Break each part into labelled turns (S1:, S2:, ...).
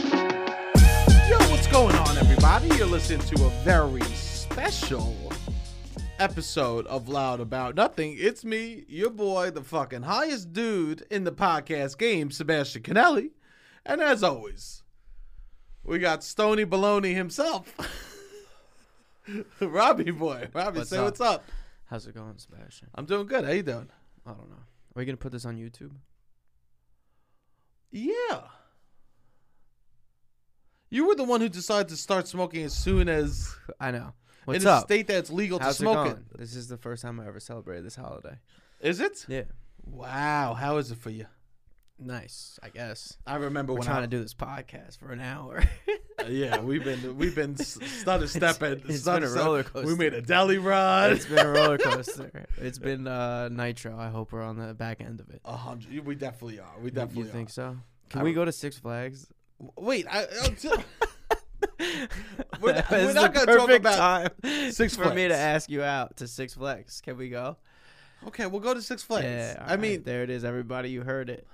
S1: Yo, what's going on, everybody? You're listening to a very special episode of Loud About Nothing. It's me, your boy, the fucking highest dude in the podcast game, Sebastian Canelli. And as always, we got Stony Baloney himself. Robbie boy. Robbie,
S2: What's
S1: say
S2: up?
S1: what's up.
S2: How's it going, Sebastian?
S1: I'm doing good. How you doing?
S2: I don't know. Are we gonna put this on YouTube?
S1: Yeah. You were the one who decided to start smoking as soon as
S2: I know. What's
S1: in a
S2: up?
S1: state that's legal
S2: How's
S1: to smoke
S2: it
S1: it.
S2: going? This is the first time I ever celebrated this holiday.
S1: Is it?
S2: Yeah.
S1: Wow, how is it for you?
S2: Nice. I guess.
S1: I remember
S2: We're
S1: when
S2: trying
S1: I
S2: to do this podcast for an hour.
S1: yeah, we've been we've been s- stutter stepping.
S2: It's- it's
S1: stutter
S2: been a roller
S1: step. We made
S2: coaster.
S1: a deli run.
S2: it's been a roller coaster. It's been uh, nitro. I hope we're on the back end of it.
S1: A hundred. We definitely are. We
S2: You-
S1: definitely
S2: you think
S1: are.
S2: so? Can
S1: I
S2: we
S1: don't-
S2: go to Six Flags?
S1: Wait, I, oh, I'll tell-
S2: we're
S1: not- we're not gonna talk about Six
S2: for me to
S1: Flags.
S2: ask you out to Six Flags. Can we go?
S1: okay, we'll go to Six Flags.
S2: Yeah,
S1: I mean,
S2: there it is. Everybody, you heard it.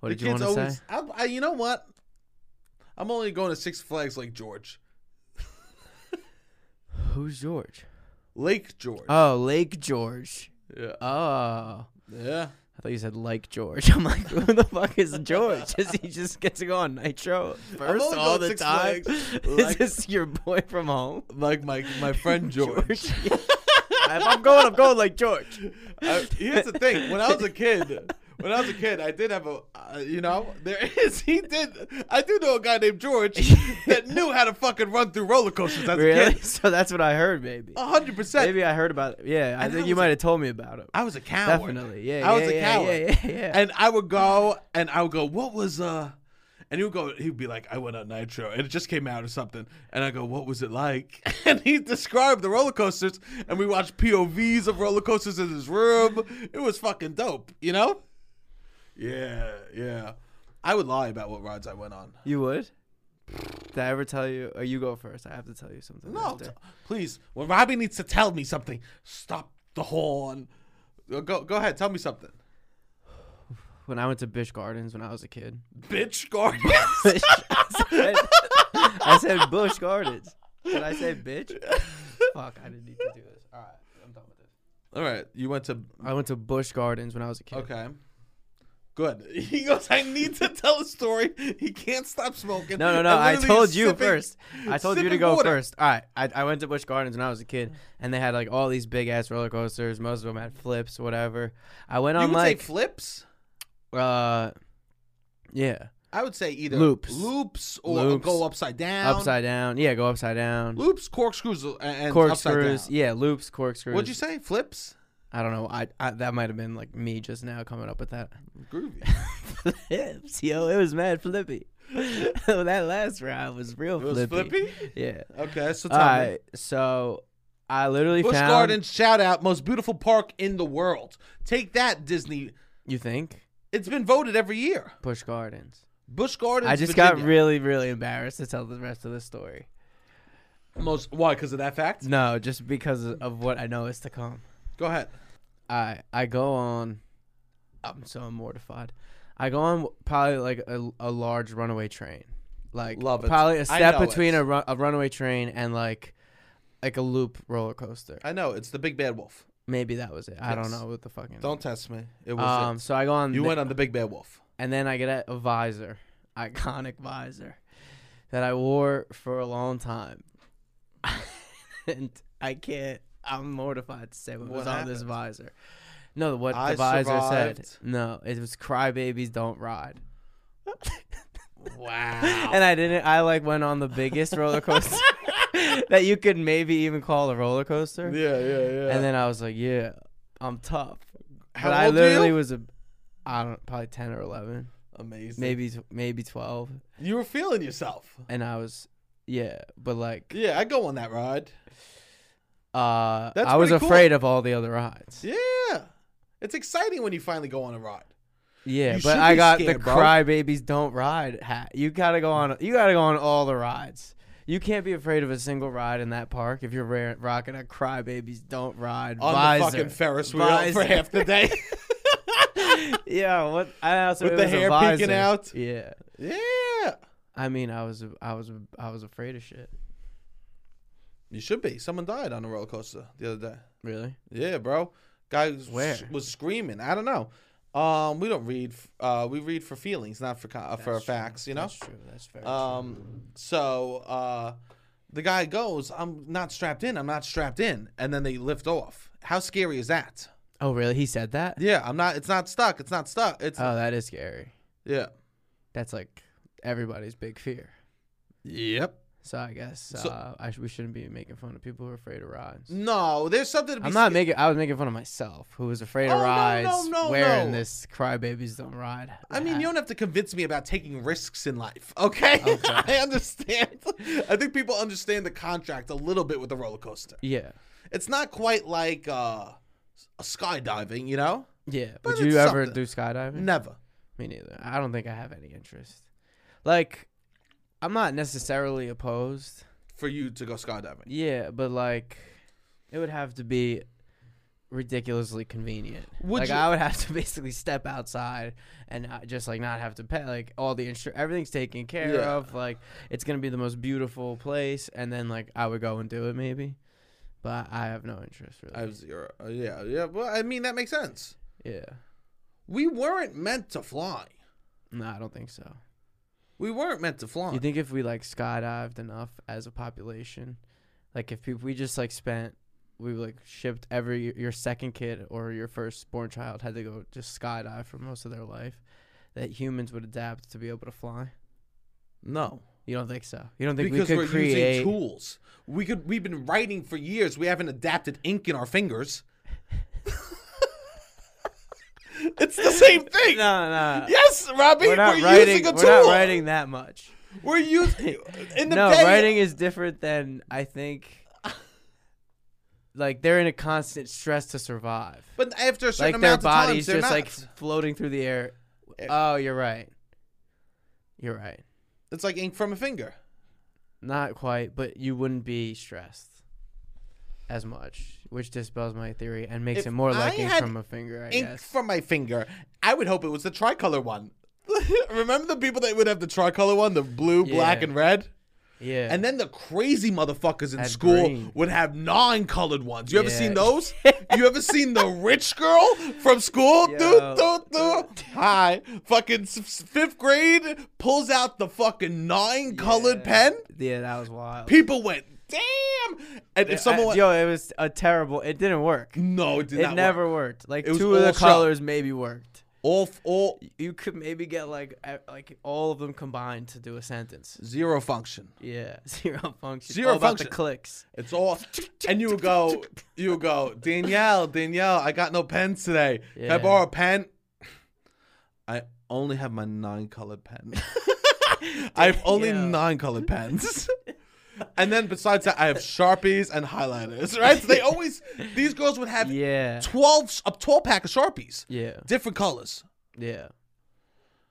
S2: What
S1: the
S2: did you want
S1: kids
S2: to
S1: always.
S2: say?
S1: I, I, you know what? I'm only going to Six Flags Lake George,
S2: Who's George?
S1: Lake George.
S2: Oh, Lake George.
S1: yeah,
S2: Oh, I
S1: yeah.
S2: thought you said like George. I'm like, who the fuck is George? Does he just get to go on Nitro first
S1: only
S2: all
S1: going
S2: the
S1: Six
S2: time?
S1: Flags,
S2: is
S1: like-
S2: this your boy from home?
S1: Like my my friend George.
S2: if I'm going, I'm going like George.
S1: I, here's the thing. When I was a kid, when I was a kid, I did have a, uh, you know, there is he did. I do know a guy named George that knew how to fucking run through roller coasters as a
S2: really?
S1: kid.
S2: So that's what I heard, maybe.
S1: A hundred percent.
S2: Maybe I heard about it. Yeah, I
S1: And
S2: think
S1: I
S2: you
S1: was
S2: might have told me about it.
S1: I was a coward.
S2: Definitely. Yeah,
S1: I
S2: yeah,
S1: was a
S2: yeah,
S1: coward.
S2: Yeah, yeah, yeah.
S1: And I would go and I would go, what was uh and he would go he'd be like, I went on Nitro and it just came out or something. And I go, What was it like? And he described the roller coasters and we watched POVs of roller coasters in his room. It was fucking dope, you know? Yeah, yeah. I would lie about what rides I went on.
S2: You would? Did I ever tell you? Or you go first. I have to tell you something.
S1: No,
S2: after.
S1: t- please. When Robbie needs to tell me something, stop the horn. Uh, Go go ahead, tell me something.
S2: When I went to Bish Gardens when I was a kid.
S1: Bitch Gordon.
S2: I said Bush Gardens. Did I say bitch? Fuck, I didn't need to do this. All right, I'm done with this.
S1: All right, you went to
S2: I went to Bush Gardens when I was a kid.
S1: Okay. Good. He goes, I need to tell a story. He can't stop smoking.
S2: No, no,
S1: And
S2: no. I
S1: literally
S2: told
S1: is
S2: you
S1: sipping-
S2: first. I told you to
S1: sipping
S2: go
S1: water.
S2: first. All right. I, I went to Busch Gardens when I was a kid, and they had like all these big ass roller coasters. Most of them had flips, whatever. I went
S1: You
S2: on
S1: would
S2: like,
S1: say flips?
S2: uh, yeah,
S1: I would say either
S2: Loops.
S1: loops or
S2: Loops.
S1: go upside down.
S2: upside down. Yeah, go upside down.
S1: Loops, corkscrews, and- and
S2: corkscrews.
S1: Upside down.
S2: Yeah, loops, corkscrews.
S1: What'd you say? Flips?
S2: I don't know. I, I that might have been like me just now coming up with that.
S1: Groovy.
S2: flips, yo, it was mad flippy. that last round was real
S1: It was flippy?
S2: Yeah.
S1: Okay, so
S2: All
S1: tell me.
S2: right. So I literally
S1: Busch
S2: found.
S1: Gardens, shout out, most beautiful park in the world. Take that, Disney.
S2: You think?
S1: It's been voted every year.
S2: Bush Gardens.
S1: Busch Gardens.
S2: I just got
S1: Virginia.
S2: really, really embarrassed to tell the rest of the story.
S1: most. Why? Because of that fact?
S2: No, just because of what I know is to come.
S1: Go ahead.
S2: I I go on. I'm so mortified. I go on probably like a, a large runaway train, like
S1: Love it.
S2: probably
S1: I
S2: a step
S1: know
S2: between
S1: it.
S2: a, run, a runaway train and like like a loop roller coaster.
S1: I know it's the Big Bad Wolf.
S2: Maybe that was it. I don't
S1: Yes.
S2: know what the fucking.
S1: Don't test me. It was it.
S2: Um. So I go on.
S1: You
S2: the-
S1: went on the Big Bad Wolf.
S2: and then I get a, a visor, iconic visor, that I wore for a long time, and I can't. I'm mortified to say what,
S1: What
S2: was on this
S1: happened?
S2: visor. No, what
S1: I
S2: the visor said.
S1: survived.
S2: No, it was "Crybabies Don't Ride,"
S1: Wow.
S2: and I didn't. I like went on the biggest roller coaster that you could maybe even call a roller coaster.
S1: yeah, yeah, yeah.
S2: And then I was like, "Yeah, I'm tough."
S1: How
S2: but I
S1: old were
S2: literally
S1: you?
S2: was a, I don't probably ten or eleven,
S1: amazing.
S2: maybe tw- maybe twelve.
S1: you were feeling yourself.
S2: and I was yeah, but like
S1: Yeah, I go on that ride.
S2: uh
S1: That's
S2: I was
S1: pretty cool.
S2: afraid of all the other rides. Yeah,
S1: Yeah, it's exciting when you finally go on a ride. You
S2: but
S1: should
S2: I
S1: be
S2: got
S1: scared,
S2: the
S1: bro.
S2: crybabies don't ride hat. You gotta go on you gotta go on all the rides. You can't be afraid of a single ride in that park if you're ra- rocking a crybabies don't ride
S1: on
S2: visor.
S1: the fucking Ferris wheel for
S2: Visor.
S1: half the day.
S2: yeah, what? I also
S1: With
S2: it
S1: the
S2: was a
S1: hair peeking
S2: visor.
S1: out.
S2: Yeah,
S1: yeah,
S2: I mean, I was, I was, I was afraid of shit.
S1: you should be. Someone died on a roller coaster the other day.
S2: Really?
S1: Yeah, bro. Guy was,
S2: Where?
S1: was screaming. I don't know. Um, we don't read. f- Uh, we read for feelings, not for co- uh, for
S2: That's true.
S1: facts. You know.
S2: That's true. That's fair.
S1: Um, so uh, the guy goes, "I'm not strapped in. I'm not strapped in," and then they lift off. How scary is that?
S2: oh, really? He said that?
S1: Yeah, I'm not. It's not stuck. It's not stuck. It's
S2: Oh, that is scary.
S1: yeah.
S2: That's like everybody's big fear.
S1: Yep.
S2: So I guess
S1: So-
S2: uh, I sh- we shouldn't be making fun of people who are afraid of rides.
S1: No, there's something to be.
S2: I'm not making. I was making fun of myself, who was afraid of
S1: Oh, no, no,
S2: rides,
S1: no,
S2: wearing
S1: no.
S2: this "crybabies don't ride."
S1: I mean,
S2: hat.
S1: you don't have to convince me about taking risks in life, okay? I
S2: Okay.
S1: understand. I think people understand the contract a little bit with the roller coaster.
S2: Yeah,
S1: It's not quite like uh, skydiving, you know?
S2: yeah.
S1: But
S2: Would you
S1: it's
S2: ever
S1: something.
S2: do skydiving?
S1: Never.
S2: Me neither. I don't think I have any interest. Like, I'm not necessarily opposed.
S1: For you to go skydiving.
S2: Yeah, but like, it would have to be ridiculously convenient.
S1: Would
S2: like,
S1: you-
S2: I would have to basically step outside and not, just like not have to pay. Like, all the insur everything's taken care
S1: Yeah.
S2: of. Like, it's gonna be the most beautiful place, and then like I would go and do it maybe. But I have no interest really.
S1: I have zero. Uh, yeah, yeah. Well, I mean, that makes sense.
S2: yeah.
S1: We weren't meant to fly.
S2: No, I don't think so.
S1: We weren't meant to fly.
S2: You think if we like skydived enough as a population, like if peop we just like spent, we like shipped every your second kid or your firstborn child had to go just skydive for most of their life, that humans would adapt to be able to fly.
S1: no.
S2: You don't think so? You don't think
S1: Because
S2: we
S1: we are
S2: could create?
S1: using tools. We could we've been writing for years. We haven't adapted ink in our fingers. it's the same thing.
S2: no, no.
S1: Yes, Robbie,
S2: We're
S1: we're,
S2: not
S1: using
S2: writing.
S1: a
S2: We're
S1: tool.
S2: not writing that much.
S1: We're using in the
S2: no,
S1: day-
S2: writing is different than I think. Like they're in a constant stress to survive.
S1: But after a certain
S2: like their
S1: amount of time,
S2: bodies
S1: they're not.
S2: just like floating through the air. Oh, you're right. You're right.
S1: it's like ink from a finger.
S2: Not quite, but you wouldn't be stressed as much, which dispels my theory and makes
S1: If
S2: it more
S1: I
S2: like ink
S1: had
S2: from a finger. I
S1: Ink
S2: guess.
S1: from my finger. I would hope it was the tricolor one. Remember the people that would have the tricolor one, the blue, black,
S2: Yeah.
S1: and red.
S2: yeah.
S1: And then the crazy motherfuckers in
S2: Had
S1: school
S2: green.
S1: would have nine colored ones. You ever
S2: Yeah.
S1: seen those? you ever seen the rich girl from school? Dude,
S2: Yo.
S1: dude, dude. Hi. Fucking s- s- fifth grade pulls out the fucking nine colored pen.
S2: Yeah, that was wild.
S1: People went, damn. And if someone
S2: I-
S1: went,
S2: yo, it was a terrible. It didn't work.
S1: no, it did
S2: It
S1: not
S2: never
S1: work.
S2: worked. Like
S1: It was
S2: two of
S1: all
S2: the
S1: shot.
S2: colors maybe worked.
S1: All, f- all
S2: You could maybe get like e- like all of them combined to do a sentence.
S1: zero function.
S2: Yeah, zero function.
S1: Zero
S2: all about
S1: function.
S2: the clicks.
S1: It's all, and you would go, you would go, Danielle, Danielle, I got no pens today. Can I
S2: Yeah.
S1: borrow a pen? I only have my nine-colored pen. I have only
S2: Danielle.
S1: nine-colored pens. and then besides that, I have sharpies and highlighters. Right? So they always, these girls would have
S2: Yeah.
S1: twelve, a twelve pack of sharpies,
S2: Yeah.
S1: different colors.
S2: Yeah.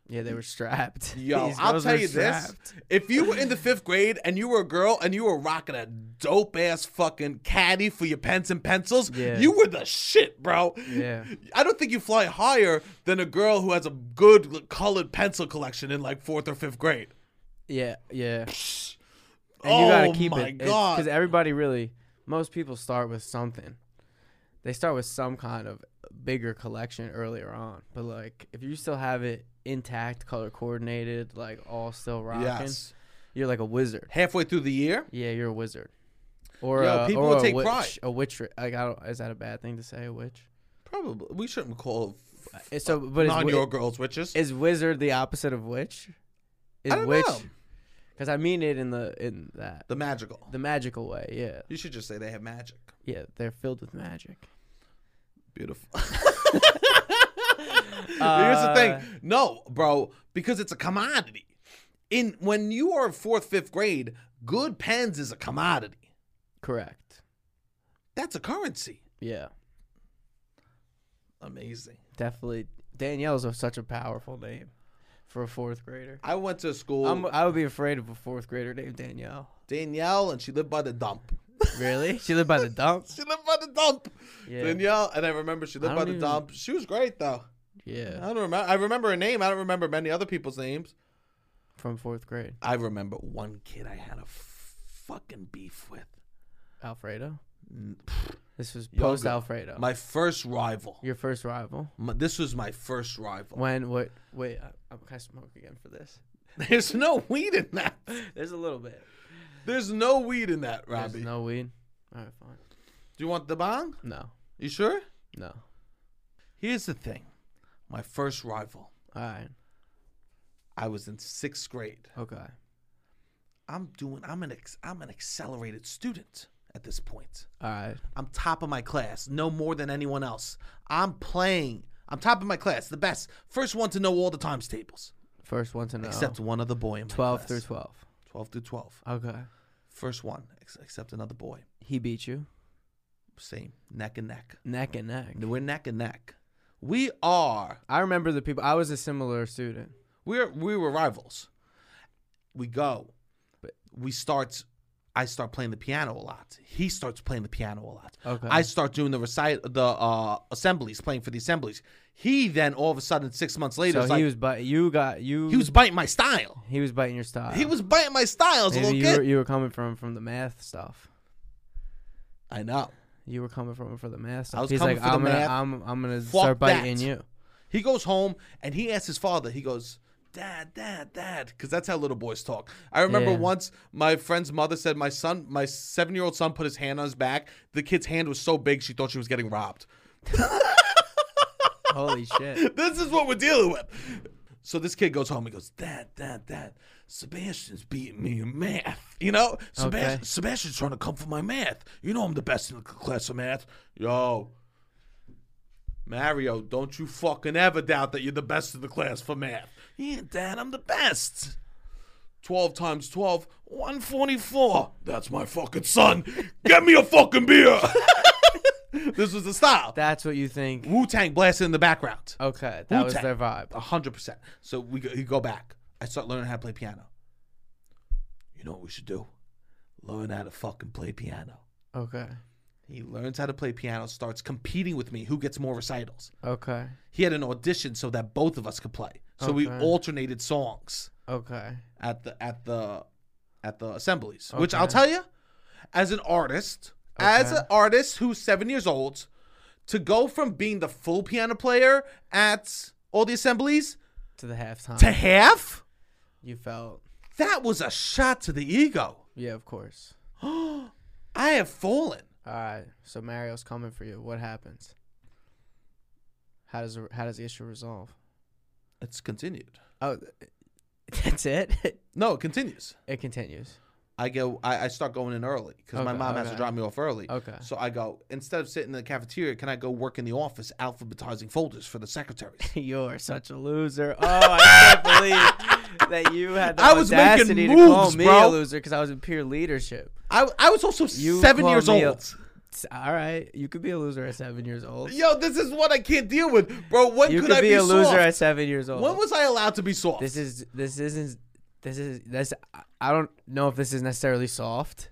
S2: Yeah, they were strapped.
S1: Yo,
S2: These
S1: I'll
S2: girls
S1: tell
S2: were
S1: you this:
S2: strapped.
S1: if you were in the fifth grade and you were a girl and you were rocking a dope ass fucking caddy for your pens and pencils,
S2: Yeah.
S1: you were the shit, bro.
S2: Yeah.
S1: I don't think you fly higher than a girl who has a good colored pencil collection in like fourth or fifth grade.
S2: Yeah, yeah. And
S1: oh
S2: you gotta keep
S1: my
S2: it
S1: god!
S2: because everybody really, most people start with something. They start with some kind of bigger collection earlier on, but like if you still have it intact, color coordinated, like all still rocking,
S1: yes,
S2: you're like a wizard.
S1: halfway through the year,
S2: Yeah, you're a wizard. Or
S1: Yo,
S2: a,
S1: people
S2: or
S1: would
S2: a
S1: take
S2: witch,
S1: pride.
S2: a witch. Like I don't, is that a bad thing to say? A witch.
S1: probably we shouldn't call
S2: It's so, but it's
S1: non-your girls witches.
S2: Is wizard the opposite of witch? Is
S1: I don't
S2: witch?
S1: know.
S2: Because I mean it in the in that
S1: the magical.
S2: the magical way. Yeah,
S1: You should just say they have magic.
S2: yeah, they're filled with magic.
S1: Beautiful. Here's the
S2: Uh,
S1: thing. No, bro, because it's a commodity. In when you are in fourth, fifth grade, good pens is a commodity.
S2: Correct.
S1: That's a currency.
S2: Yeah,
S1: Amazing.
S2: definitely. Danielle's a, such a powerful name for a fourth grader.
S1: I went to school.
S2: I'm, I would be afraid of a fourth grader named Danielle.
S1: Danielle, and she lived by the dump.
S2: Really? She lived by the dump.
S1: She lived by the dump.
S2: Yeah.
S1: Danielle, and I remember she lived
S2: I
S1: by
S2: don't
S1: the
S2: even-
S1: dump. She was great though. I
S2: yeah.
S1: don't remember. I remember her name. I don't remember many other people's names.
S2: From fourth grade,
S1: I remember one kid I had a f- fucking beef with.
S2: Alfredo.
S1: N-
S2: This was
S1: Yo,
S2: post
S1: good.
S2: Alfredo.
S1: Mm. My first rival.
S2: Your first rival.
S1: My- this was my first rival.
S2: When? What? Wait. I, I'm kind of smoke again for this.
S1: There's no weed in that.
S2: There's a little bit.
S1: There's no weed in that,
S2: There's
S1: Robbie.
S2: no weed. All right, fine.
S1: Do you want the bong?
S2: No.
S1: You sure?
S2: No.
S1: Here's the thing. My first rival.
S2: All right.
S1: I was in sixth grade.
S2: Okay.
S1: I'm doing. I'm an. Ex, I'm an accelerated student at this point.
S2: All right.
S1: I'm top of my class, no more than anyone else. I'm playing. I'm top of my class, the best, first one to know all the times tables,
S2: First one to know.
S1: except one other boy in my
S2: 12
S1: class.
S2: through 12.
S1: 12 through 12.
S2: Okay.
S1: First one, ex- except another boy.
S2: He beat you
S1: Same, neck and neck.
S2: neck and neck.
S1: We're neck and neck. We are.
S2: I remember the people. I was a similar student.
S1: We're we were rivals. We go.
S2: But-
S1: We start. I start playing the piano a lot. He starts playing the piano a lot.
S2: Okay.
S1: I start doing the recite the uh, assemblies, playing for the assemblies. He then all of a sudden, six months later,
S2: so
S1: is
S2: he
S1: like,
S2: was but you got you.
S1: He was biting my style.
S2: he was biting your style.
S1: He was biting my style as a
S2: Maybe
S1: little
S2: you were,
S1: kid.
S2: you were coming from from the math stuff.
S1: I know.
S2: You were coming from for the math stuff.
S1: was
S2: He's
S1: coming
S2: like,
S1: for the
S2: I'm gonna,
S1: math.
S2: I'm, I'm gonna
S1: Fuck
S2: start biting
S1: that.
S2: you.
S1: He goes home and he asks his father. He goes, "Dad, Dad, Dad," because that's how little boys talk. I remember
S2: Yeah.
S1: once my friend's mother said my son, my seven-year-old son, put his hand on his back. The kid's hand was so big she thought she was getting robbed.
S2: Holy shit.
S1: this is what we're dealing with. So this kid goes home. He goes, Dad, Dad, Dad. Sebastian's beating me in math. You know, Sebastian,
S2: Okay.
S1: Sebastian's trying to come for my math. You know, I'm the best in the class of math. Yo, Mario, don't you fucking ever doubt that you're the best in the class for math. Yeah, Dad, I'm the best. 12 times 12, 144. That's my fucking son. Get me a fucking beer. this was the style.
S2: That's what you think.
S1: Wu Tang blasted in the background.
S2: Okay, that was
S1: Wu-Tang.
S2: their vibe.
S1: A hundred percent. So we go, you go back. I start learning how to play piano. You know what we should do? Learn how to fucking play piano.
S2: Okay.
S1: He learns how to play piano, starts competing with me. Who gets more recitals?
S2: Okay.
S1: He had an audition so that both of us could play. So we
S2: Okay.
S1: alternated songs
S2: Okay.
S1: at the at the at the assemblies. Which I'll
S2: Okay.
S1: tell you, as an artist, as
S2: Okay.
S1: an artist who's seven years old, to go from being the full piano player at all the assemblies
S2: To the halftime.
S1: to half.
S2: you felt.
S1: That was a shot to the ego.
S2: Yeah, of course.
S1: I have fallen.
S2: All right. So Mario's coming for you. What happens? How does the- how does the issue resolve?
S1: It's continued.
S2: Oh, that's it.
S1: No, it continues.
S2: it continues.
S1: I go. I, I start going in early because my
S2: Okay,
S1: mom has to
S2: okay.
S1: drop me off early.
S2: Okay.
S1: So I go instead of sitting in the cafeteria, can I go work in the office alphabetizing folders for the secretaries?
S2: You're such a loser. Oh, I can't believe that you had the
S1: I was making
S2: audacity to call
S1: moves,
S2: me
S1: bro.
S2: a loser because I was in pure leadership.
S1: I, I was also
S2: You
S1: seven
S2: call
S1: years
S2: me
S1: old.
S2: a- It's all right, you could be a loser at seven years old.
S1: Yo, this is what I can't deal with, bro. When
S2: You
S1: could
S2: could
S1: I
S2: be,
S1: be
S2: a loser
S1: soft?
S2: at seven years old.
S1: When was I allowed to be soft?
S2: this is this isn't this is this I- I don't know if this is necessarily soft.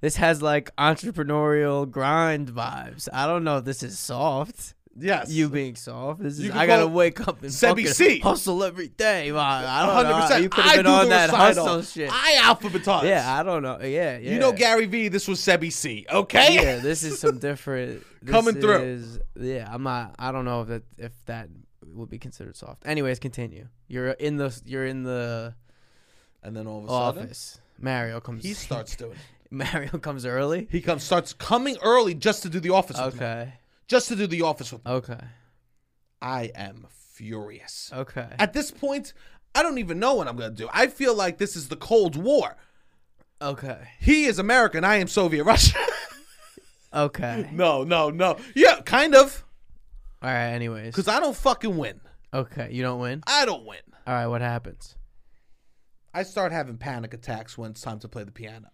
S2: This has like entrepreneurial grind vibes. I don't know if this is soft.
S1: yes,
S2: You being soft. This is
S1: You can
S2: I gotta
S1: call
S2: wake up and
S1: Sebby
S2: fucking
S1: C.
S2: hustle every day. man. I don't
S1: hundred
S2: know.
S1: percent.
S2: You could have been on that hustle shit.
S1: I alphabetize.
S2: yeah, I don't know. Yeah, yeah.
S1: you know Gary Vee. This was Sebi C. Okay.
S2: Yeah, this is some different. This
S1: Coming through.
S2: Is, yeah, I'm not. I don't know if that if that would be considered soft. Anyways, continue. You're in the you're in the
S1: And then all of a sudden,
S2: office. Mario comes.
S1: he starts doing. it.
S2: Mario comes early.
S1: He comes starts coming early just to do the office with me.
S2: Okay.
S1: Just to do the office with me.
S2: Okay.
S1: I am furious.
S2: Okay.
S1: At this point, I don't even know what I'm gonna do. I feel like this is the Cold War.
S2: Okay.
S1: He is American. I am Soviet Russia.
S2: Okay.
S1: no, no, no. Yeah, kind of.
S2: All right. Anyways.
S1: Because I don't fucking win.
S2: Okay. You don't win.
S1: I don't win.
S2: All right. What happens?
S1: I start having panic attacks when it's time to play the piano.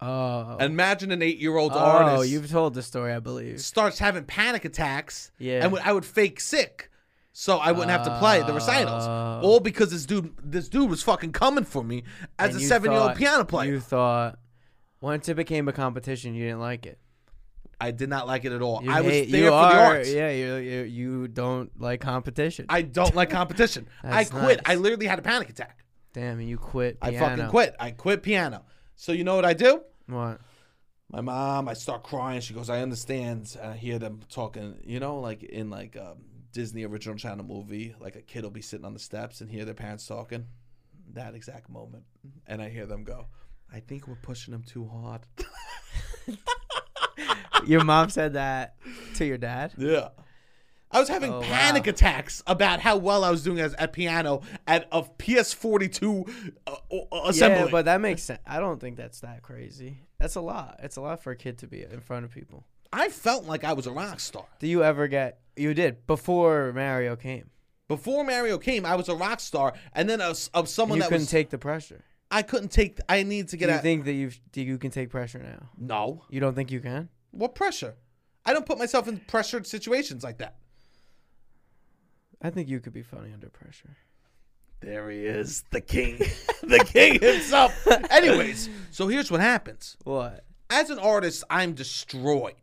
S2: Oh.
S1: Imagine an eight-year-old
S2: oh,
S1: artist
S2: you've told the story, I believe.
S1: starts having panic attacks.
S2: Yeah.
S1: And when I would fake sick. so I wouldn't have to play the recitals.
S2: Oh.
S1: All because this dude, this dude was fucking coming for me as
S2: And
S1: a
S2: you
S1: seven-year-old
S2: thought-
S1: piano player.
S2: You thought once it became a competition, you didn't like it.
S1: I did not like it at all.
S2: You
S1: I was
S2: hate-
S1: there
S2: you
S1: for the
S2: are-
S1: arts.
S2: Yeah, you, you you don't like competition.
S1: I don't like competition. I
S2: That's
S1: quit.
S2: nice.
S1: I literally had a panic attack.
S2: Damn, you quit.
S1: I fucking quit. I quit piano. So you know what I do?
S2: What?
S1: My mom, I start crying. She goes, "I understand." And I hear them talking. You know, like in like a Disney original channel movie, like a kid will be sitting on the steps and hear their parents talking. That exact moment, and I hear them go, "I think we're pushing them too hard."
S2: Your mom said that to your dad.
S1: Yeah. I was having
S2: Oh,
S1: panic
S2: wow.
S1: attacks about how well I was doing as at piano at a PS42 uh, uh, assembly.
S2: Yeah, but that makes sense. I don't think that's that crazy. That's a lot. It's a lot for a kid to be in front of people.
S1: I felt like I was a rock star.
S2: Do you ever get? You did before Mario came.
S1: Before Mario came, I was a rock star, and then of, of someone
S2: you
S1: that
S2: couldn't
S1: was
S2: take the pressure.
S1: I couldn't take. I need to get
S2: Do you
S1: out.
S2: think that you you can take pressure now?
S1: no,
S2: You don't think you can?
S1: what pressure? I don't put myself in pressured situations like that.
S2: I think you could be funny under pressure.
S1: There he is, the king, the king himself. Anyways, so here's what happens.
S2: What?
S1: as an artist, I'm destroyed.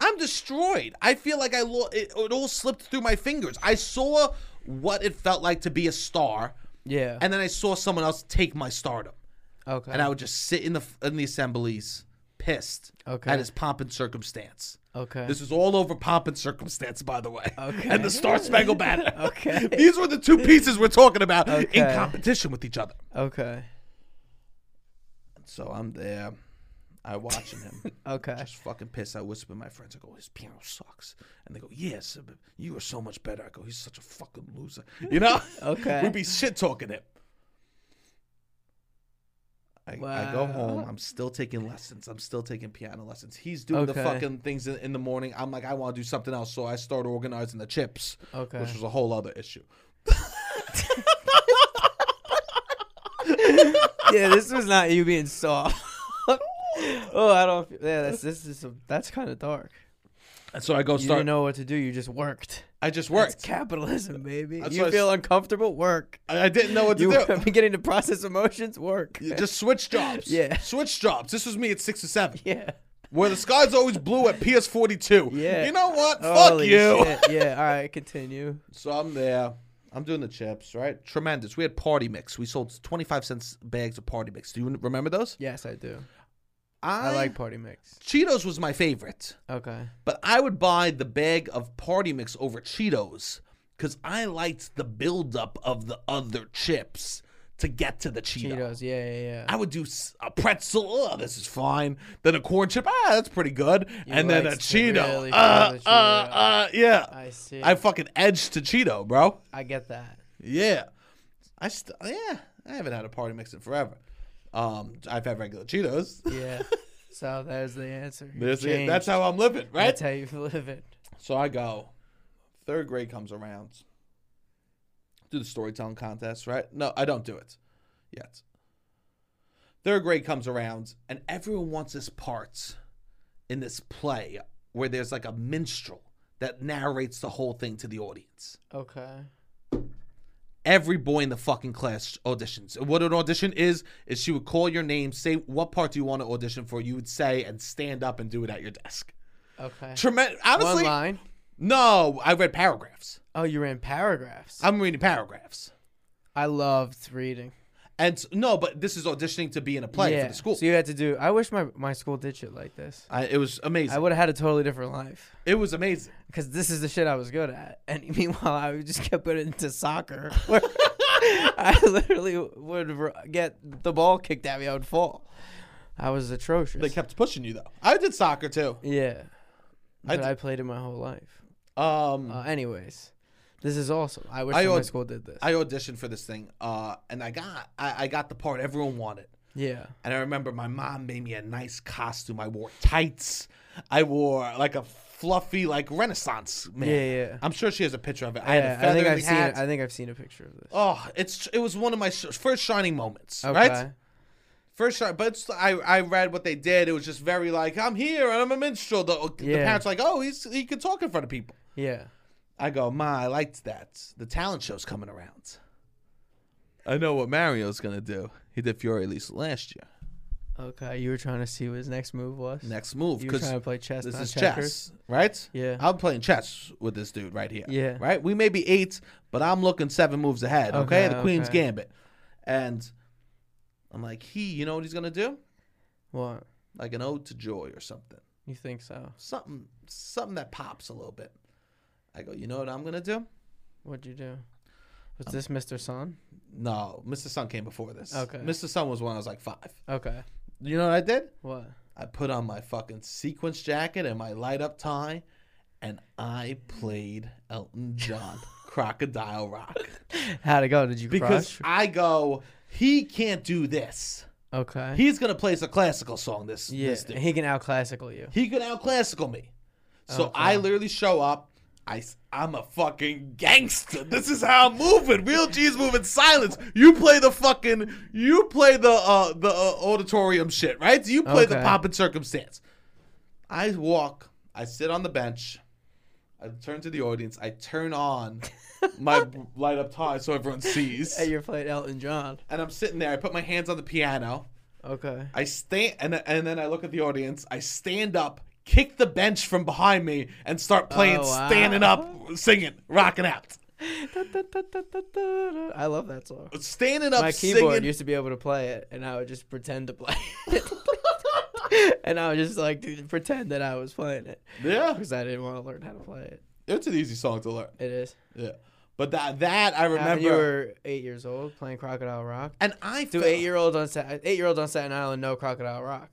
S1: I'm destroyed. I feel like I lo- it, it all slipped through my fingers. I saw what it felt like to be a star,
S2: Yeah.
S1: and then I saw someone else take my stardom,
S2: okay.
S1: and I would just sit in the in the assemblies, pissed
S2: Okay.
S1: at his pomp and circumstance.
S2: okay.
S1: This was all over pomp and circumstance, by the way.
S2: Okay.
S1: And the Star Spangled Banner.
S2: Okay.
S1: These were the two pieces we're talking about in
S2: Okay.
S1: competition with each other.
S2: okay.
S1: So I'm there. I watching him.
S2: Okay.
S1: just fucking pissed. I whisper to my friends, I go, his piano sucks. And they go, yes, but you are so much better. I go, he's such a fucking loser. You know?
S2: Okay.
S1: we be shit talking him. I, I go
S2: Wow.
S1: home. I'm still taking lessons. I'm still taking piano lessons. He's doing the
S2: Okay.
S1: fucking things in, in the morning. I'm like, I want to do something else. So I start organizing the chips,
S2: Okay.
S1: which was a whole other issue.
S2: yeah, this was not you being soft. oh, I don't. Yeah, that's this is some- that's kind of dark.
S1: And so I go
S2: You
S1: start.
S2: didn't know what to do. You just worked.
S1: I just
S2: That's
S1: worked.
S2: capitalism, baby.
S1: That's what I
S2: you
S1: s-
S2: feel uncomfortable? Work.
S1: I I didn't know what to
S2: You
S1: do.
S2: beginning to process emotions? Work.
S1: You Just switch jobs.
S2: Yeah.
S1: Switch jobs. This was me at six or seven.
S2: Yeah.
S1: Where the sky's always blue at PS42.
S2: Yeah.
S1: You know what? Fuck
S2: Holy
S1: you.
S2: shit. Yeah. All right. Continue.
S1: So I'm there. I'm doing the chips, right? Tremendous. We had party mix. We sold 25 cents bags of party mix. Do you remember those?
S2: Yes, I do. I like party mix.
S1: Cheetos was my favorite,
S2: Okay.
S1: but I would buy the bag of party mix over Cheetos cuz I liked the buildup of the other chips to get to the Cheeto.
S2: Cheetos. Yeah. Yeah.
S1: I would do s- a pretzel. Oh, this is fine. Then a corn chip. Ah, that's pretty good. and then a
S2: likes to
S1: Cheeto.
S2: really
S1: uh,
S2: feel the
S1: uh, uh, yeah.
S2: yeah. I see.
S1: I fucking edged to Cheeto, bro.
S2: I get that.
S1: Yeah, I st- yeah I haven't had a party mix in forever. Um, I've had regular Cheetos.
S2: Yeah. so there's the answer. You
S1: That's it.
S2: changed.
S1: That's how I'm living, right?
S2: That's how you live it.
S1: So I go. Third grade comes around. Do the storytelling contest, right? No, I don't do it yet. Third grade comes around, and everyone wants this part in this play where there's like a minstrel that narrates the whole thing to the audience.
S2: Okay.
S1: every boy in the fucking class auditions. What an audition is is she would call your name, say what part do you want to audition for, you would say and stand up and do it at your desk.
S2: Okay.
S1: Tremendous.
S2: One
S1: Honestly,
S2: line.
S1: no, I read paragraphs.
S2: Oh, you ran paragraphs.
S1: I'm reading paragraphs.
S2: I loved reading.
S1: And s- no, but this is auditioning to be in a play for the school.
S2: So you had to do. I wish my my school did shit like this.
S1: I, it was amazing.
S2: I would have had a totally different life
S1: it was amazing.
S2: because this is the shit I was good at. And meanwhile, I just kept putting it into soccer. where I literally would r- get the ball kicked at me. I would fall. I was atrocious.
S1: They kept pushing you though. I did soccer too.
S2: yeah,
S1: I
S2: but I, played it my whole life.
S1: Um,
S2: Uh, anyways, this is awesome. I wish
S1: I
S2: that my
S1: aud-
S2: school did this.
S1: I auditioned for this thing, uh, and I got I, I got the part everyone wanted.
S2: yeah.
S1: And I remember my mom made me a nice costume. I wore tights. I wore like a fluffy like Renaissance man.
S2: Yeah, yeah.
S1: I'm sure she has a picture of it. I
S2: Yeah,
S1: had a feather
S2: think
S1: in
S2: I've
S1: the
S2: seen.
S1: hat.
S2: I think I've seen a picture of this.
S1: oh, it's it was one of my sh- first shining moments,
S2: Okay.
S1: Oh, right? First shine, but it's, I I read what they did. It was just very like I'm here and I'm a minstrel. The, the
S2: Yeah.
S1: parents were like, oh, he's he could talk in front of people.
S2: Yeah.
S1: I go, Ma, I liked that. The talent show's coming around. I know what Mario's gonna do. He did Fury Elise last year.
S2: Okay, you were trying to see what his next move was.
S1: Next move,
S2: you were
S1: because
S2: trying to play chess.
S1: this
S2: not
S1: is
S2: checkers.
S1: chess, right?
S2: Yeah.
S1: I'm playing chess with this dude right here.
S2: Yeah.
S1: Right? We may be eight, but I'm looking seven moves ahead. Okay.
S2: Okay,
S1: the Queen's
S2: okay.
S1: Gambit. And I'm like, he, you know what he's going to do?
S2: What
S1: Like an ode to joy or something.
S2: you think so?
S1: Something something that pops a little bit. I go, you know what I'm going to do?
S2: What'd you do? Was this Mr. Son?
S1: No, Mr. Sun came before this.
S2: Okay.
S1: Mr. Sun was when I was like five.
S2: Okay.
S1: You know what I did?
S2: What?
S1: I put on my fucking sequence jacket and my light up tie, and I played Elton John, Crocodile Rock.
S2: How'd it go? Did you
S1: Because
S2: crush?
S1: I go, he can't do this.
S2: Okay.
S1: He's gonna play us a classical song. This,
S2: yeah.
S1: this dude.
S2: He can out classical you.
S1: He could out classical me. So
S2: Okay.
S1: I literally show up. I, am a fucking gangster. This is how I'm moving. Real G's moving silence. You play the fucking, you play the uh, the uh, auditorium shit, right? You play the
S2: Okay.
S1: pop and circumstance. I walk. I sit on the bench. I turn to the audience. I turn on my light up tie so everyone sees.
S2: Hey, you're playing Elton John.
S1: And I'm sitting there. I put my hands on the piano.
S2: Okay.
S1: I stand and and then I look at the audience. I stand up, kick the bench from behind me, and start playing,
S2: Oh, wow.
S1: standing up, singing, rocking out,
S2: I love that song.
S1: standing up,
S2: My keyboard
S1: singing.
S2: used to be able to play it, and I would just pretend to play it. and I would just like dude, pretend that I was playing it
S1: yeah,
S2: because I didn't want to learn how to play it.
S1: it's an easy song to learn.
S2: It is.
S1: Yeah, but that that I
S2: Remember, you
S1: remember.
S2: were eight years old playing Crocodile Rock.
S1: and I
S2: Do
S1: felt-
S2: eight year olds on Sa- eight year olds on Staten Island know Crocodile Rock?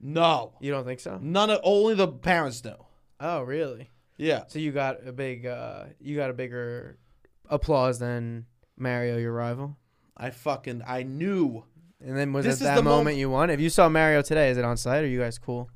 S1: no,
S2: You don't think so?
S1: none of only the parents know.
S2: Oh, really?
S1: Yeah,
S2: So you got a big, uh, you got a bigger applause than Mario, your rival.
S1: I fucking I knew
S2: And then was
S1: This is
S2: it that
S1: the
S2: moment,
S1: mom-
S2: you won? If you saw Mario today, is it on site? Or are you guys cool?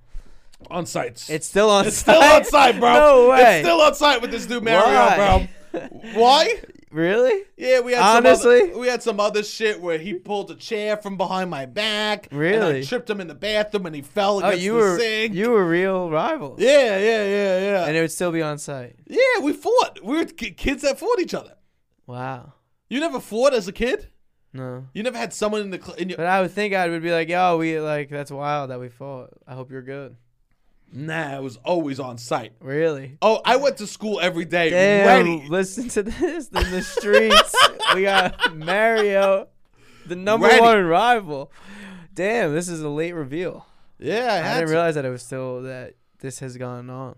S1: on sites.
S2: It's still on.
S1: It's still on site, bro.
S2: No way.
S1: It's still on site with this new Mario, bro. Why?
S2: really?
S1: Yeah, we had some
S2: Honestly?
S1: other, we had some other shit where he pulled a chair from behind my back. And I
S2: Really?
S1: tripped him in the bathroom and he fell
S2: Oh,
S1: against
S2: you
S1: the
S2: were
S1: sink.
S2: you were real rivals,
S1: yeah, yeah, yeah, yeah.
S2: and it would still be on site.
S1: yeah, we fought. We were ki- kids that fought each other.
S2: Wow.
S1: You never fought as a kid.
S2: No.
S1: You never had someone in the cl- in your
S2: But I would think I would be like, yo, we like that's wild that we fought. I hope you're good.
S1: nah. It was always on site.
S2: Really?
S1: Oh, I went to school every day.
S2: Damn,
S1: ready.
S2: listen to this. In the streets, we got Mario, the number
S1: Ready.
S2: one rival. Damn, this is a late reveal.
S1: Yeah, I
S2: I
S1: had
S2: didn't
S1: to.
S2: realize that it was still that this has gone on.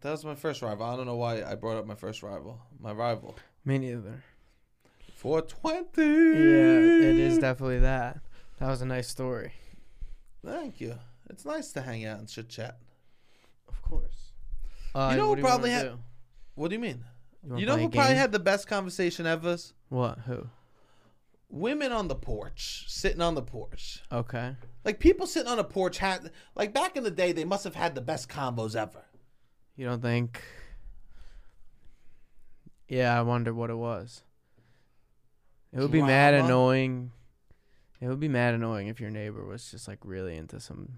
S1: that was my first rival. I don't know why I brought up my first rival. My rival.
S2: Me neither.
S1: 420.
S2: Yeah, it is definitely that. That was a nice story.
S1: Thank you. It's nice to hang out and chit chat.
S2: Of course. Uh,
S1: You know
S2: what
S1: who
S2: do you wanna
S1: probably had-
S2: do?
S1: What do you mean?
S2: wanna
S1: You know
S2: play
S1: who
S2: a
S1: probably
S2: game?
S1: had the best conversation ever?
S2: what? Who?
S1: Women on the porch, sitting on the porch.
S2: Okay.
S1: Like people sitting on a porch had like back in the day they must have had the best combos ever.
S2: You don't think? Yeah, I wonder what it was. It would be mad
S1: Drama?
S2: annoying. It would be mad annoying if your neighbor was just like really into some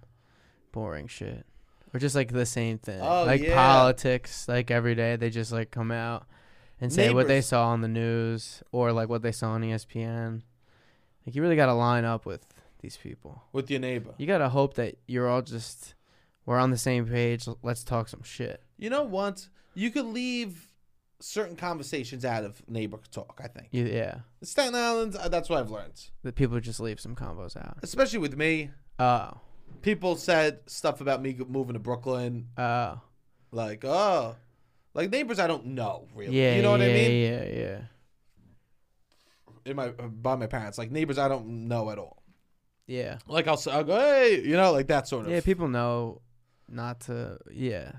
S2: boring shit, or just like the same thing,
S1: Oh,
S2: like
S1: yeah.
S2: politics. Like every day, they just like come out and say what they
S1: Neighbors.
S2: saw on the news or like what they saw on E ESPN. Like you really got to line up with these people.
S1: With your neighbor.
S2: You gotta hope that you're all just we're on the same page. l- Let's talk some shit.
S1: You know what? You could leave certain conversations out of neighbor talk, I think.
S2: You- Yeah,
S1: Staten Island, uh, that's what I've learned.
S2: that people just leave some combos out.
S1: Especially with me.
S2: Oh,
S1: People said stuff about me moving to Brooklyn,
S2: oh,
S1: like, oh, like neighbors I don't know, really.
S2: yeah.
S1: you know what
S2: yeah,
S1: I mean?
S2: Yeah, yeah.
S1: In my, by my parents, like neighbors I don't know at all.
S2: Yeah,
S1: Like I'll, say, I'll go, hey, you know, like that sort of.
S2: yeah. People know not to. Yeah,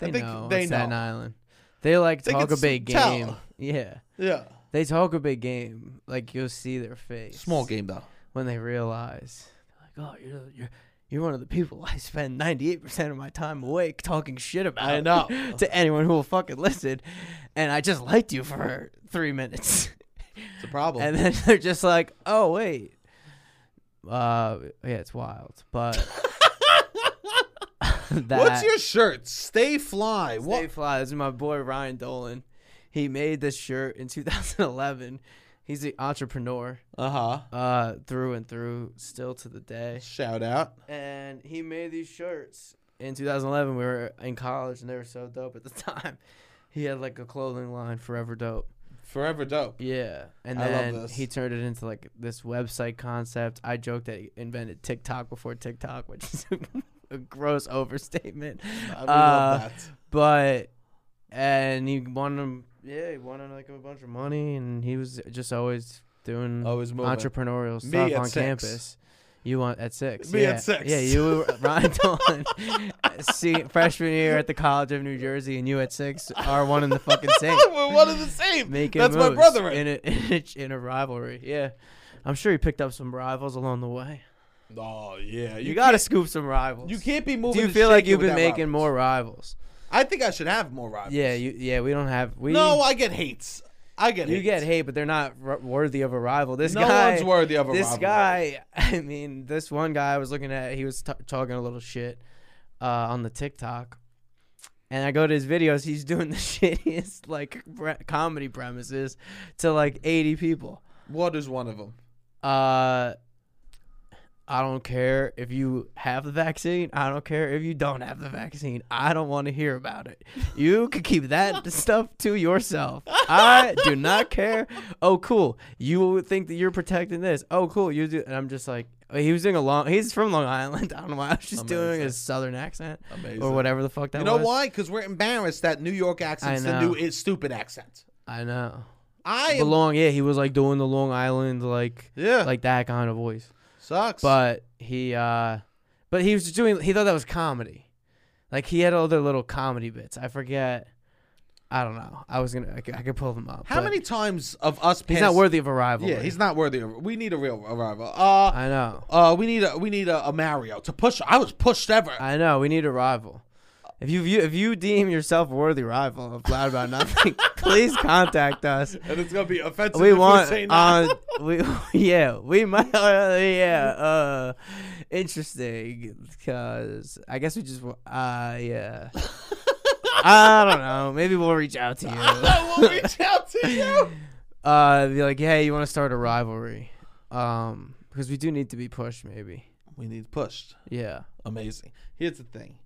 S1: I
S2: they
S1: think
S2: know.
S1: they
S2: They Staten
S1: know.
S2: Island. They like
S1: They
S2: talk
S1: can
S2: a big
S1: s- tell.
S2: game. Yeah,
S1: yeah.
S2: they talk a big game. Like you'll see their face.
S1: Small game though.
S2: when they realize, like, oh, you're you're you're one of the people I spend 98% of my time awake talking shit about.
S1: I know.
S2: to anyone who will fucking listen, and I just liked you for three minutes,
S1: It's a problem.
S2: and then they're just like, oh wait, uh, yeah, it's wild, but that
S1: What's your shirt? Stay fly.
S2: Stay
S1: what?
S2: fly. This is my boy Ryan Dolan. He made this shirt in 2011. He's the entrepreneur
S1: Uh huh.
S2: uh, through and through, still to the day.
S1: Shout out.
S2: And he made these shirts in 2011. We were in college, and they were so dope at the time. He had like a clothing line, Forever Dope.
S1: Forever dope.
S2: Yeah, and
S1: I love
S2: then
S1: this.
S2: he turned it into like this website concept. I joked that he invented TikTok before TikTok, which is a gross overstatement.
S1: I we
S2: Uh,
S1: love that.
S2: But and he won him, yeah, he won him like a bunch of money, and he was just always doing
S1: Always moving.
S2: entrepreneurial
S1: Me
S2: stuff
S1: at
S2: on
S1: six.
S2: campus. You want at six?
S1: Me
S2: yeah.
S1: at six.
S2: Yeah, you were Ryan Dolan, see, freshman year at the College of New Jersey, and you at six are one and the fucking same
S1: We're one of the same.
S2: making
S1: That's my
S2: moves
S1: brother.
S2: in a, in a in a rivalry. Yeah, I'm sure he picked up some rivals along the way.
S1: Oh yeah,
S2: You, got to scoop some rivals.
S1: You can't be moving.
S2: Do you
S1: to
S2: feel like
S1: shaking
S2: you've been
S1: without
S2: making
S1: rivals.
S2: more rivals?
S1: I think I should have more rivals.
S2: Yeah, you, yeah. We don't have we.
S1: no, I get hates. I get.
S2: you
S1: hates.
S2: get hate, but they're not r- worthy of a rival. This
S1: no
S2: guy,
S1: one's worthy of a
S2: this
S1: rivalry.
S2: guy. I mean, this one guy I was looking at. He was t- talking a little shit uh, on the TikTok. And I go to his videos. He's doing the shittiest like pre- comedy premises to like 80 people.
S1: What is one of them?
S2: uh I don't care if you have the vaccine. I don't care if you don't have the vaccine. I don't want to hear about it. You can keep that stuff to yourself. I do not care. Oh, cool. You will think that you're protecting this. Oh, cool. You do. And I'm just like, he was doing a long. He's from Long Island. I don't know why I was just doing
S1: Amazing.
S2: a southern accent
S1: Amazing.
S2: or whatever the fuck that
S1: You know
S2: was.
S1: why? Because we're embarrassed that New York accent's
S2: I
S1: the
S2: know.
S1: new it's stupid accent.
S2: I know.
S1: I
S2: But long. Yeah, he was like doing the Long Island like
S1: yeah
S2: like that kind of voice.
S1: sucks.
S2: but he uh but he was doing he thought that was comedy like he had other little comedy bits i forget i don't know i was gonna i could, I could pull them up
S1: how
S2: but
S1: many times of us?
S2: he's
S1: pass-
S2: not worthy of a rival
S1: Yeah, he's not worthy. of We need a real a rival. Uh,
S2: i know
S1: uh, we need a we need a, a Mario to push. I was pushed ever.
S2: i know we need a rival if you view, if you deem yourself a worthy rival of loud about nothing please contact us
S1: and it's gonna be offensive.
S2: we
S1: if
S2: want
S1: say no.
S2: uh, we yeah we might uh, yeah uh interesting because i guess we just wa- uh yeah i don't know maybe we'll reach out to you
S1: we'll reach out to you.
S2: uh be like hey you want to start a rivalry um because we do need to be pushed maybe
S1: We need pushed.
S2: yeah
S1: Amazing. Here's the thing.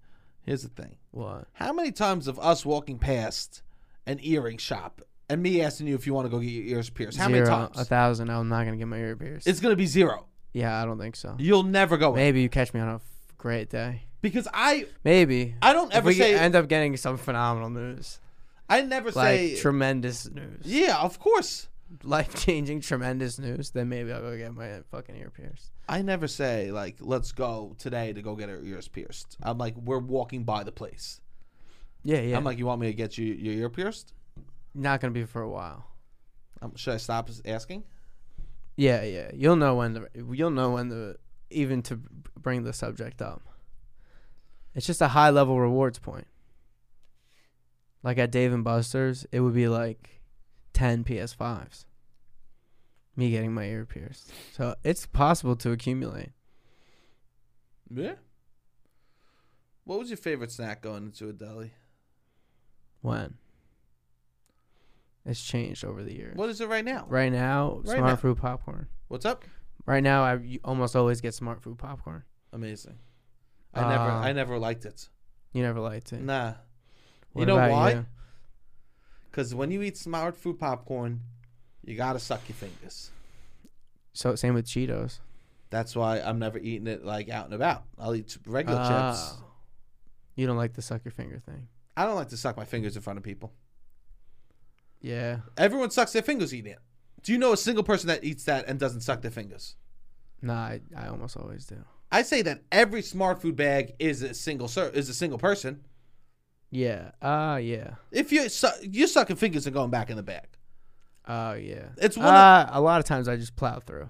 S1: Here's the thing.
S2: what
S1: How many times of us walking past an earring shop and me asking you if you want to go get your ears pierced? How
S2: Zero,
S1: many times?
S2: a thousand i'm not gonna get my ear pierced
S1: it's gonna be zero.
S2: yeah i don't think so
S1: You'll never go in.
S2: maybe you catch me on a f- great day
S1: because I
S2: maybe
S1: I don't
S2: if
S1: ever
S2: we
S1: say
S2: end up getting some phenomenal news
S1: I never
S2: like
S1: say
S2: tremendous news
S1: yeah. Of course,
S2: life changing, tremendous news, then maybe I'll go get my fucking ear pierced.
S1: I never say like let's go today to go get our ears pierced. I'm like we're walking by the place.
S2: Yeah, yeah.
S1: I'm like you want me to get you your ear pierced?
S2: not gonna be for a while.
S1: Um, should I stop asking?
S2: Yeah, yeah. You'll know when the you'll know when the even to b- bring the subject up. It's just a high level rewards point. Like at Dave and Buster's, it would be like ten PS5s. Me getting my ear pierced. So it's possible to accumulate.
S1: Yeah. What was your favorite snack going into a deli?
S2: When? It's changed over the years.
S1: What is it right now?
S2: Right now,
S1: Right
S2: smart
S1: now.
S2: fruit popcorn.
S1: What's up?
S2: Right now, I u- almost always get smart food popcorn.
S1: Amazing. I never
S2: Uh,
S1: I never liked it.
S2: You never liked it.
S1: Nah.
S2: What
S1: you know
S2: about
S1: why?
S2: you?
S1: Cuz when you eat smart food popcorn, you got to suck your fingers.
S2: So same with Cheetos.
S1: That's why I'm never eating it like out and about. I'll eat regular chips.
S2: Oh. You don't like the suck your finger thing.
S1: I don't like to suck my fingers in front of people.
S2: Yeah.
S1: Everyone sucks their fingers eating it. Do you know a single person that eats that and doesn't suck their fingers?
S2: Nah, I, I almost always do.
S1: I say that every smart food bag is a single ser- is a single person.
S2: Yeah. Ah, yeah.
S1: If you su- you're sucking fingers and going back in the bag.
S2: Oh, yeah.
S1: It's one. of-
S2: Uh, a lot of times I just plow through.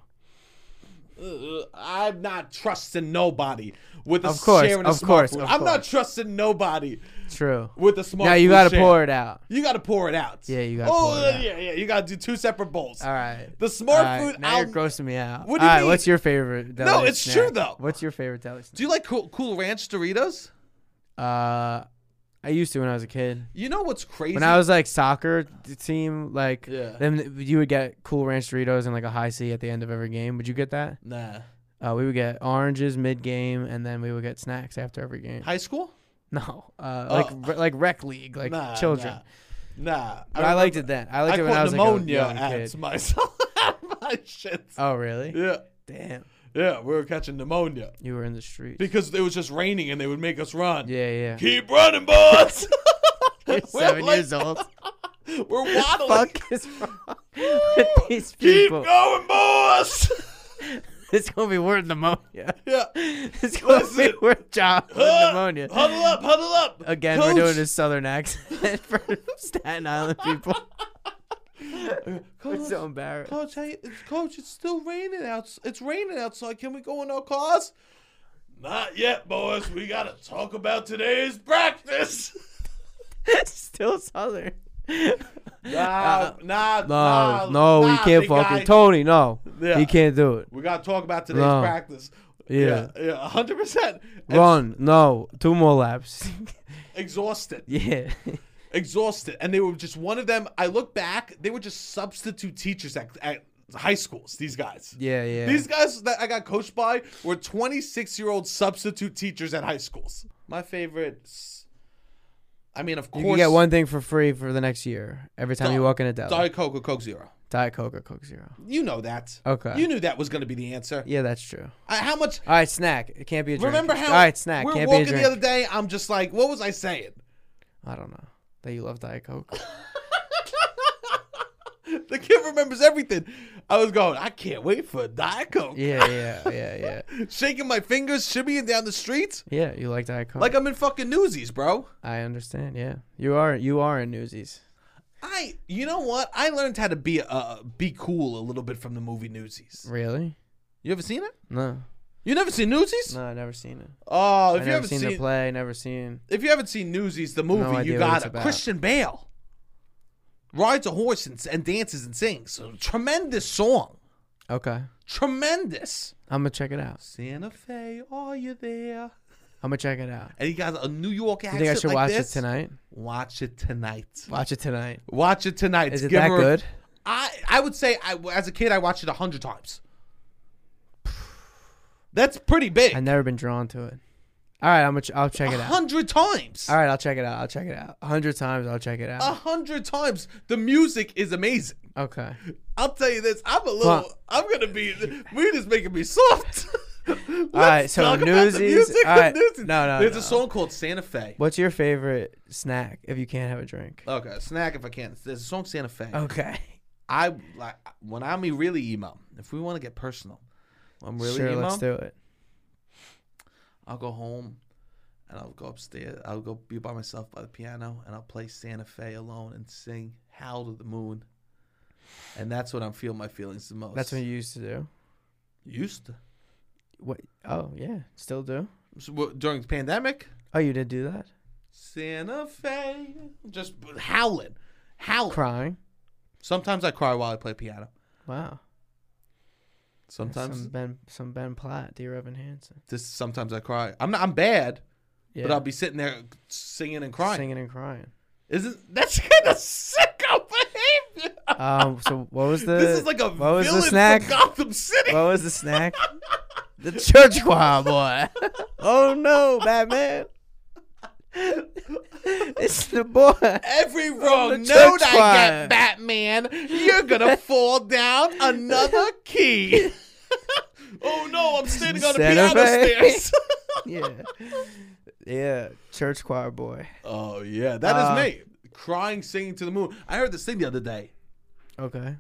S1: Uh, I'm not trusting nobody with a
S2: Of course,
S1: sharing a
S2: of
S1: smart
S2: course,
S1: food.
S2: of
S1: I'm not
S2: course.
S1: trusting nobody
S2: True.
S1: with a smart.
S2: Now you
S1: food
S2: gotta
S1: share.
S2: pour it out.
S1: You gotta pour it out.
S2: Yeah, you gotta
S1: Oh
S2: pour it out.
S1: yeah, yeah. You gotta do two separate bowls.
S2: All right.
S1: The smart
S2: All right,
S1: food.
S2: Now
S1: I'll-
S2: you're grossing me out.
S1: What do you
S2: All right, What's
S1: mean?
S2: your favorite? Deli
S1: No, it's
S2: snack?
S1: true, though.
S2: What's your favorite deli? Snack?
S1: do you like cool, cool Ranch Doritos?
S2: Uh, I I used to when I was a kid.
S1: You know what's crazy?
S2: When I was like soccer t- team, like
S1: Yeah.
S2: then you would get Cool Ranch Doritos and like a high C at the end of every game. Would you get that?
S1: nah.
S2: Uh, we would get oranges mid game, and then we would get snacks after every game.
S1: High school?
S2: No, uh,
S1: Oh.
S2: like re- like rec league, like
S1: nah.
S2: children.
S1: Nah. nah.
S2: But I, liked it then. I
S1: I,
S2: liked it
S1: put
S2: when I was like a
S1: pneumonia
S2: young
S1: at
S2: kid.
S1: myself. my shit.
S2: Oh really?
S1: Yeah.
S2: Damn,
S1: Yeah. We were catching pneumonia
S2: you were in the street.
S1: because it was just raining and they would make us run.
S2: Yeah, yeah.
S1: Keep running, boys.
S2: You're
S1: We're
S2: seven
S1: like-
S2: years old.
S1: We're waddling.
S2: Fuck is wrong with these people?
S1: Keep going, boys.
S2: It's gonna be word pneumonia.
S1: yeah.
S2: It's gonna
S1: Listen.
S2: be word job with
S1: Huh?
S2: pneumonia.
S1: Huddle up, huddle up.
S2: Again,
S1: Coach.
S2: we're doing a southern accent for Staten Island people. We're
S1: Coach,
S2: so embarrassed.
S1: coach, hey, it's, coach, it's still raining out. It's raining outside. Can we go in our cars? Not yet, boys. We gotta talk about today's practice.
S2: Still southern.
S1: Nah,
S2: Uh,
S1: nah,
S2: no,
S1: nah,
S2: no, we
S1: nah,
S2: can't
S1: big
S2: fucking
S1: guy.
S2: Tony. No,
S1: Yeah.
S2: he can't do it.
S1: We gotta talk about today's
S2: No.
S1: practice.
S2: Yeah.
S1: yeah, yeah, hundred percent.
S2: Run. No, two more laps.
S1: Exhausted.
S2: yeah.
S1: exhausted, and they were just one of them. I look back; they were just substitute teachers at, at high schools. These guys,
S2: Yeah, yeah.
S1: these guys that I got coached by were twenty-six-year-old substitute teachers at high schools. My favorite. s- I mean, of
S2: you
S1: course,
S2: can get one thing for free for the next year every time you
S1: Di-
S2: walk in a deli.
S1: Diet Coke or Coke Zero.
S2: Diet Coke or Coke Zero.
S1: You know that.
S2: Okay.
S1: You knew that was going to be the answer.
S2: yeah, that's true.
S1: I, how much?
S2: All right, snack. It can't be a drink.
S1: Remember how?
S2: All right, snack.
S1: We were
S2: Can't be a
S1: walking
S2: drink.
S1: the other day. I'm just like, what was I saying?
S2: I don't know that you love Diet Coke.
S1: The kid remembers everything. I was going, I can't wait for Diet Coke.
S2: yeah, yeah, yeah, yeah.
S1: Shaking my fingers, shimmying down the streets.
S2: Yeah, you like Diet Coke.
S1: Like I'm in fucking Newsies, bro.
S2: I understand. Yeah, you are. You are in Newsies.
S1: I, you know what? I learned how to be uh be cool a little bit from the movie Newsies.
S2: Really?
S1: You ever seen it?
S2: No,
S1: You never seen Newsies?
S2: no, I never seen it.
S1: Oh,
S2: I
S1: if you
S2: never
S1: haven't
S2: seen,
S1: seen,
S2: the play. Never seen.
S1: if you haven't seen Newsies, the movie,
S2: idea
S1: you
S2: what
S1: got
S2: it's
S1: it.
S2: about.
S1: Christian Bale rides a horse and, and dances and sings. Tremendous song.
S2: Okay,
S1: Tremendous.
S2: I'm gonna check it out.
S1: Santa Fe, are you there?
S2: I'm gonna check it out.
S1: And he got a New York
S2: You
S1: accent.
S2: think I should
S1: like
S2: watch
S1: this.
S2: it tonight?
S1: Watch it tonight.
S2: Watch it tonight.
S1: Watch it tonight.
S2: Is it
S1: Give
S2: that
S1: her a-
S2: good?
S1: I I would say I as a kid I watched it a hundred times. That's pretty big.
S2: I've never been drawn to it. All right, I'm gonna. Ch- I'll check it
S1: A
S2: out.
S1: hundred times.
S2: All right, I'll check it out. I'll check it out. A hundred times, I'll check it
S1: A
S2: out.
S1: hundred times. The music is amazing.
S2: Okay.
S1: I'll tell you this. I'm a little.
S2: Huh.
S1: I'm gonna be. We're just making me soft. all
S2: right, so Newsies- all right. No, no,
S1: There's
S2: no.
S1: a song called Santa Fe.
S2: What's your favorite snack if you can't have a drink?
S1: Okay, snack if I can. There's a song Santa Fe.
S2: Okay.
S1: I like when I'm really emo. If we want to get personal, when I'm really
S2: sure,
S1: emo.
S2: let's do it.
S1: I'll go home and I'll go upstairs. I'll go be by myself by the piano and I'll play Santa Fe alone and sing Howl to the Moon. And that's when I'm feeling my feelings the most.
S2: That's what you used to do.
S1: used to.
S2: What? Oh yeah, still do.
S1: So, what- during the pandemic,
S2: Oh, you did do that?
S1: Santa Fe, just howling, howling.
S2: Crying.
S1: Sometimes I cry while I play piano.
S2: Wow.
S1: Sometimes
S2: some Ben, some Ben Platt, Dear Evan Hansen.
S1: this. Sometimes I cry. I'm not. I'm bad,
S2: Yeah.
S1: but I'll be sitting there singing and crying.
S2: singing and crying.
S1: Isn't that's kind of sicko behavior?
S2: Um. So what was the?
S1: This is like a
S2: what was the
S1: villain
S2: snack?
S1: from Gotham City.
S2: What was the snack? the church choir boy. oh no, Batman! it's the boy.
S1: Every wrong
S2: church
S1: note I
S2: choir.
S1: get, Batman, you're gonna fall down another key. oh no, I'm standing on a piano
S2: Santa Fe.
S1: stairs.
S2: Yeah. Yeah, church choir boy.
S1: oh yeah, that
S2: Uh,
S1: is me. Crying, singing to the moon. I heard this thing the other day.
S2: Okay.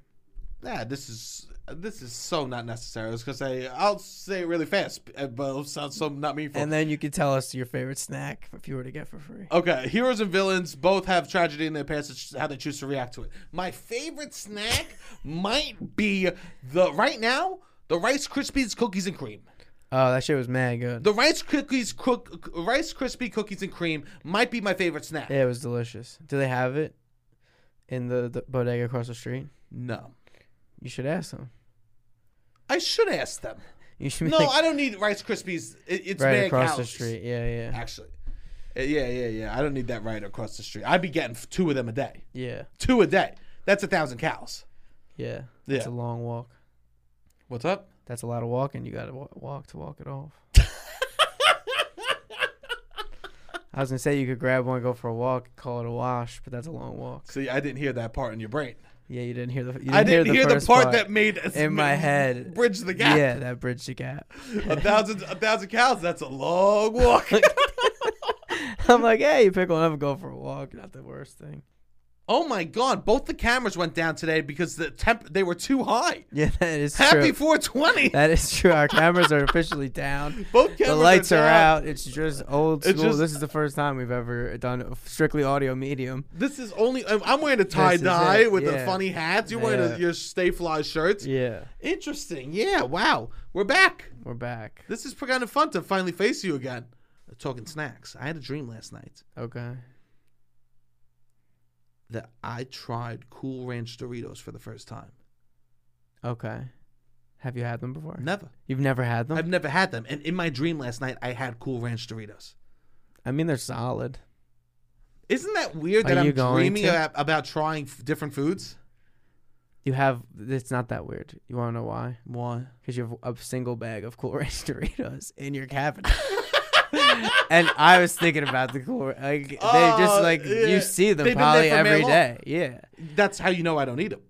S1: Yeah, this is this is so not necessary. I was gonna say I'll say it really fast, uh, but it'll sound so not meaningful.
S2: And then you could tell us your favorite snack if you were to get for free.
S1: Okay, heroes and villains both have tragedy in their past. It's just how they choose to react to it. My favorite snack might be the right now the Rice Krispies cookies and cream.
S2: Oh, that shit was mad good.
S1: The Rice cookies cook Rice Krispie cookies and cream might be my favorite snack.
S2: Yeah, it was delicious. Do they have it in the, the bodega across the street?
S1: No,
S2: You should ask them.
S1: I should ask them.
S2: You should be
S1: No,
S2: like,
S1: I don't need Rice Krispies. It, it's
S2: right
S1: mad
S2: across
S1: calories,
S2: the street. Yeah, yeah.
S1: Actually, Uh, Yeah, yeah, yeah. I don't need that right across the street. I'd be getting f- two of them a day.
S2: Yeah.
S1: Two a day. That's a thousand cows.
S2: Yeah. It's
S1: Yeah.
S2: a long walk.
S1: What's up?
S2: That's a lot of walking. You got to wa- walk to walk it off. I was going to say you could grab one, go for a walk, call it a wash, but that's a long walk.
S1: See, I didn't hear that part in your brain.
S2: Yeah, you didn't hear the you
S1: I didn't hear the,
S2: first
S1: part, that made us
S2: in my head.
S1: bridge the gap.
S2: Yeah, that bridge the gap.
S1: A thousand, a thousand cows. That's a long walk.
S2: I'm like, hey, you pick one up and go for a walk. Not the worst thing.
S1: oh my god! Both the cameras went down today because the temp they were too high.
S2: Yeah, that is
S1: Happy
S2: true.
S1: 420.
S2: that is true. Our cameras are officially down.
S1: Both cameras
S2: the lights are,
S1: down.
S2: out. It's just old
S1: It's
S2: school.
S1: just-
S2: this is the first time we've ever done a strictly audio medium.
S1: This is only. I'm- I'm wearing a tie
S2: is
S1: dye
S2: it,
S1: with the
S2: yeah.
S1: funny hats. You're wearing
S2: Yeah.
S1: a, your Stay Fly shirts.
S2: Yeah,
S1: Interesting. Yeah. Wow. We're back.
S2: we're back.
S1: This is kind of fun to finally face you again. Talking snacks. I had a dream last night
S2: Okay.
S1: that I tried Cool Ranch Doritos for the first time.
S2: Okay. Have you had them before?
S1: Never.
S2: You've never had them?
S1: I've never had them. And in my dream last night, I had Cool Ranch Doritos.
S2: I mean, they're solid.
S1: Isn't that weird
S2: Are
S1: that
S2: you
S1: I'm
S2: going
S1: dreaming
S2: to?
S1: about, about trying f- different foods?
S2: You have. It's not that weird. You want to know why?
S1: Why?
S2: because you have a single bag of Cool Ranch Doritos in your cabinet. and I was thinking about the Cool Ranch. Like, they just
S1: Oh,
S2: like
S1: yeah.
S2: you see them
S1: They've been there
S2: probably
S1: for mad
S2: every
S1: long.
S2: day. Yeah,
S1: That's how you know I don't eat them.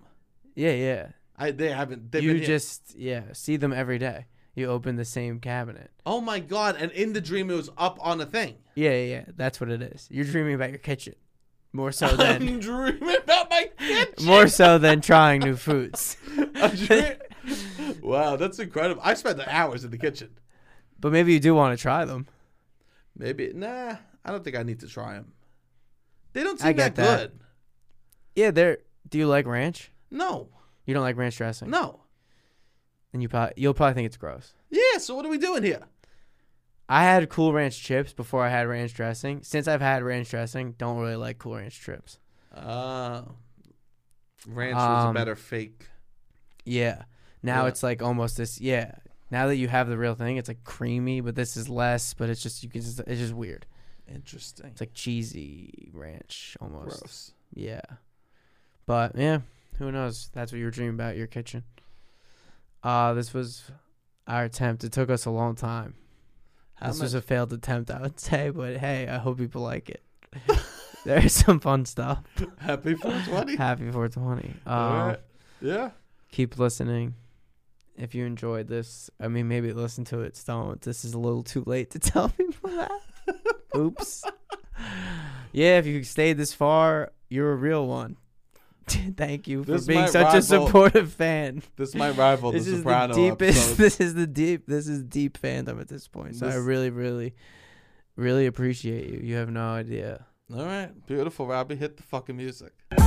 S2: yeah, yeah.
S1: I they haven't. They've
S2: You
S1: been here.
S2: just yeah see them every day. You open the same cabinet.
S1: Oh my god! And in the dream, it was up on a thing.
S2: Yeah, yeah. yeah. That's what it is. You're dreaming about your kitchen more so than
S1: I'm dreaming about my kitchen.
S2: more so than trying new foods.
S1: I'm dream- wow, that's incredible. I spent the hours in the kitchen.
S2: but maybe you do want to try them.
S1: Maybe nah. I don't think I need to try them. They don't
S2: I
S1: seem
S2: get
S1: that,
S2: that.
S1: good.
S2: Yeah, they're. Do you like ranch?
S1: No,
S2: You don't like ranch dressing,
S1: no.
S2: and you probably you'll probably think it's gross.
S1: Yeah. So what are we doing here?
S2: I had Cool Ranch chips before I had ranch dressing. Since I've had ranch dressing, don't really like Cool Ranch chips.
S1: Uh, ranch
S2: Um,
S1: fake.
S2: Yeah. Now
S1: Yeah.
S2: it's like almost this. Yeah. Now that you have the real thing, it's like creamy, but this is less. But it's just you can. Just, it's just weird.
S1: Interesting.
S2: It's like cheesy ranch almost.
S1: Gross.
S2: Yeah. But yeah, who knows? That's what you were dreaming about your kitchen. Uh, this was our attempt. It took us a long time.
S1: How
S2: this
S1: much,
S2: was a failed attempt, I would say. But hey, I hope people like it. There's some fun stuff.
S1: happy 420.
S2: Happy 420. Uh,
S1: All right. Yeah.
S2: Keep listening. If you enjoyed this, I mean, maybe listen to it. Don't. This is a little too late to tell people that. Oops. Yeah, if you stayed this far, you're a real one. Thank you for
S1: This
S2: being
S1: might
S2: such a
S1: rival
S2: supportive fan.
S1: This might rival
S2: This
S1: the
S2: is
S1: Soprano
S2: the deepest.
S1: episode.
S2: This is the deep. This is deep fandom at this point. So I
S1: This-
S2: really, really, really appreciate you. You have no idea.
S1: All right. Beautiful, Robbie. Hit the fucking music.